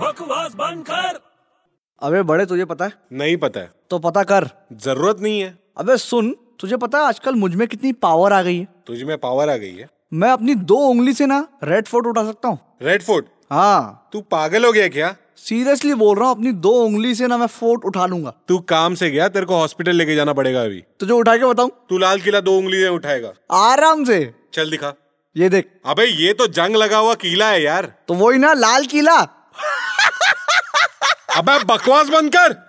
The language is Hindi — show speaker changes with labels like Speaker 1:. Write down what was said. Speaker 1: बकवास बंद कर
Speaker 2: अबे बड़े तुझे पता है
Speaker 3: नहीं पता है
Speaker 2: तो पता कर
Speaker 3: जरूरत नहीं है
Speaker 2: अबे सुन तुझे पता है आजकल मुझ में कितनी पावर आ गई है
Speaker 3: तुझ में पावर आ गई है
Speaker 2: मैं अपनी दो उंगली से ना रेड फोर्ट उठा सकता हूँ
Speaker 3: रेड फोर्ट
Speaker 2: हाँ
Speaker 3: तू पागल हो गया क्या
Speaker 2: सीरियसली बोल रहा हूँ अपनी दो उंगली से ना मैं फोर्ट उठा लूंगा
Speaker 3: तू काम से गया तेरे को हॉस्पिटल लेके जाना पड़ेगा अभी
Speaker 2: तुझे उठा के बताऊं
Speaker 3: तू लाल किला दो उंगली में उठाएगा
Speaker 2: आराम से
Speaker 3: चल दिखा
Speaker 2: ये देख
Speaker 3: अबे ये तो जंग लगा हुआ किला है यार
Speaker 2: तो वही ना लाल किला
Speaker 3: अबे बकवास बंद कर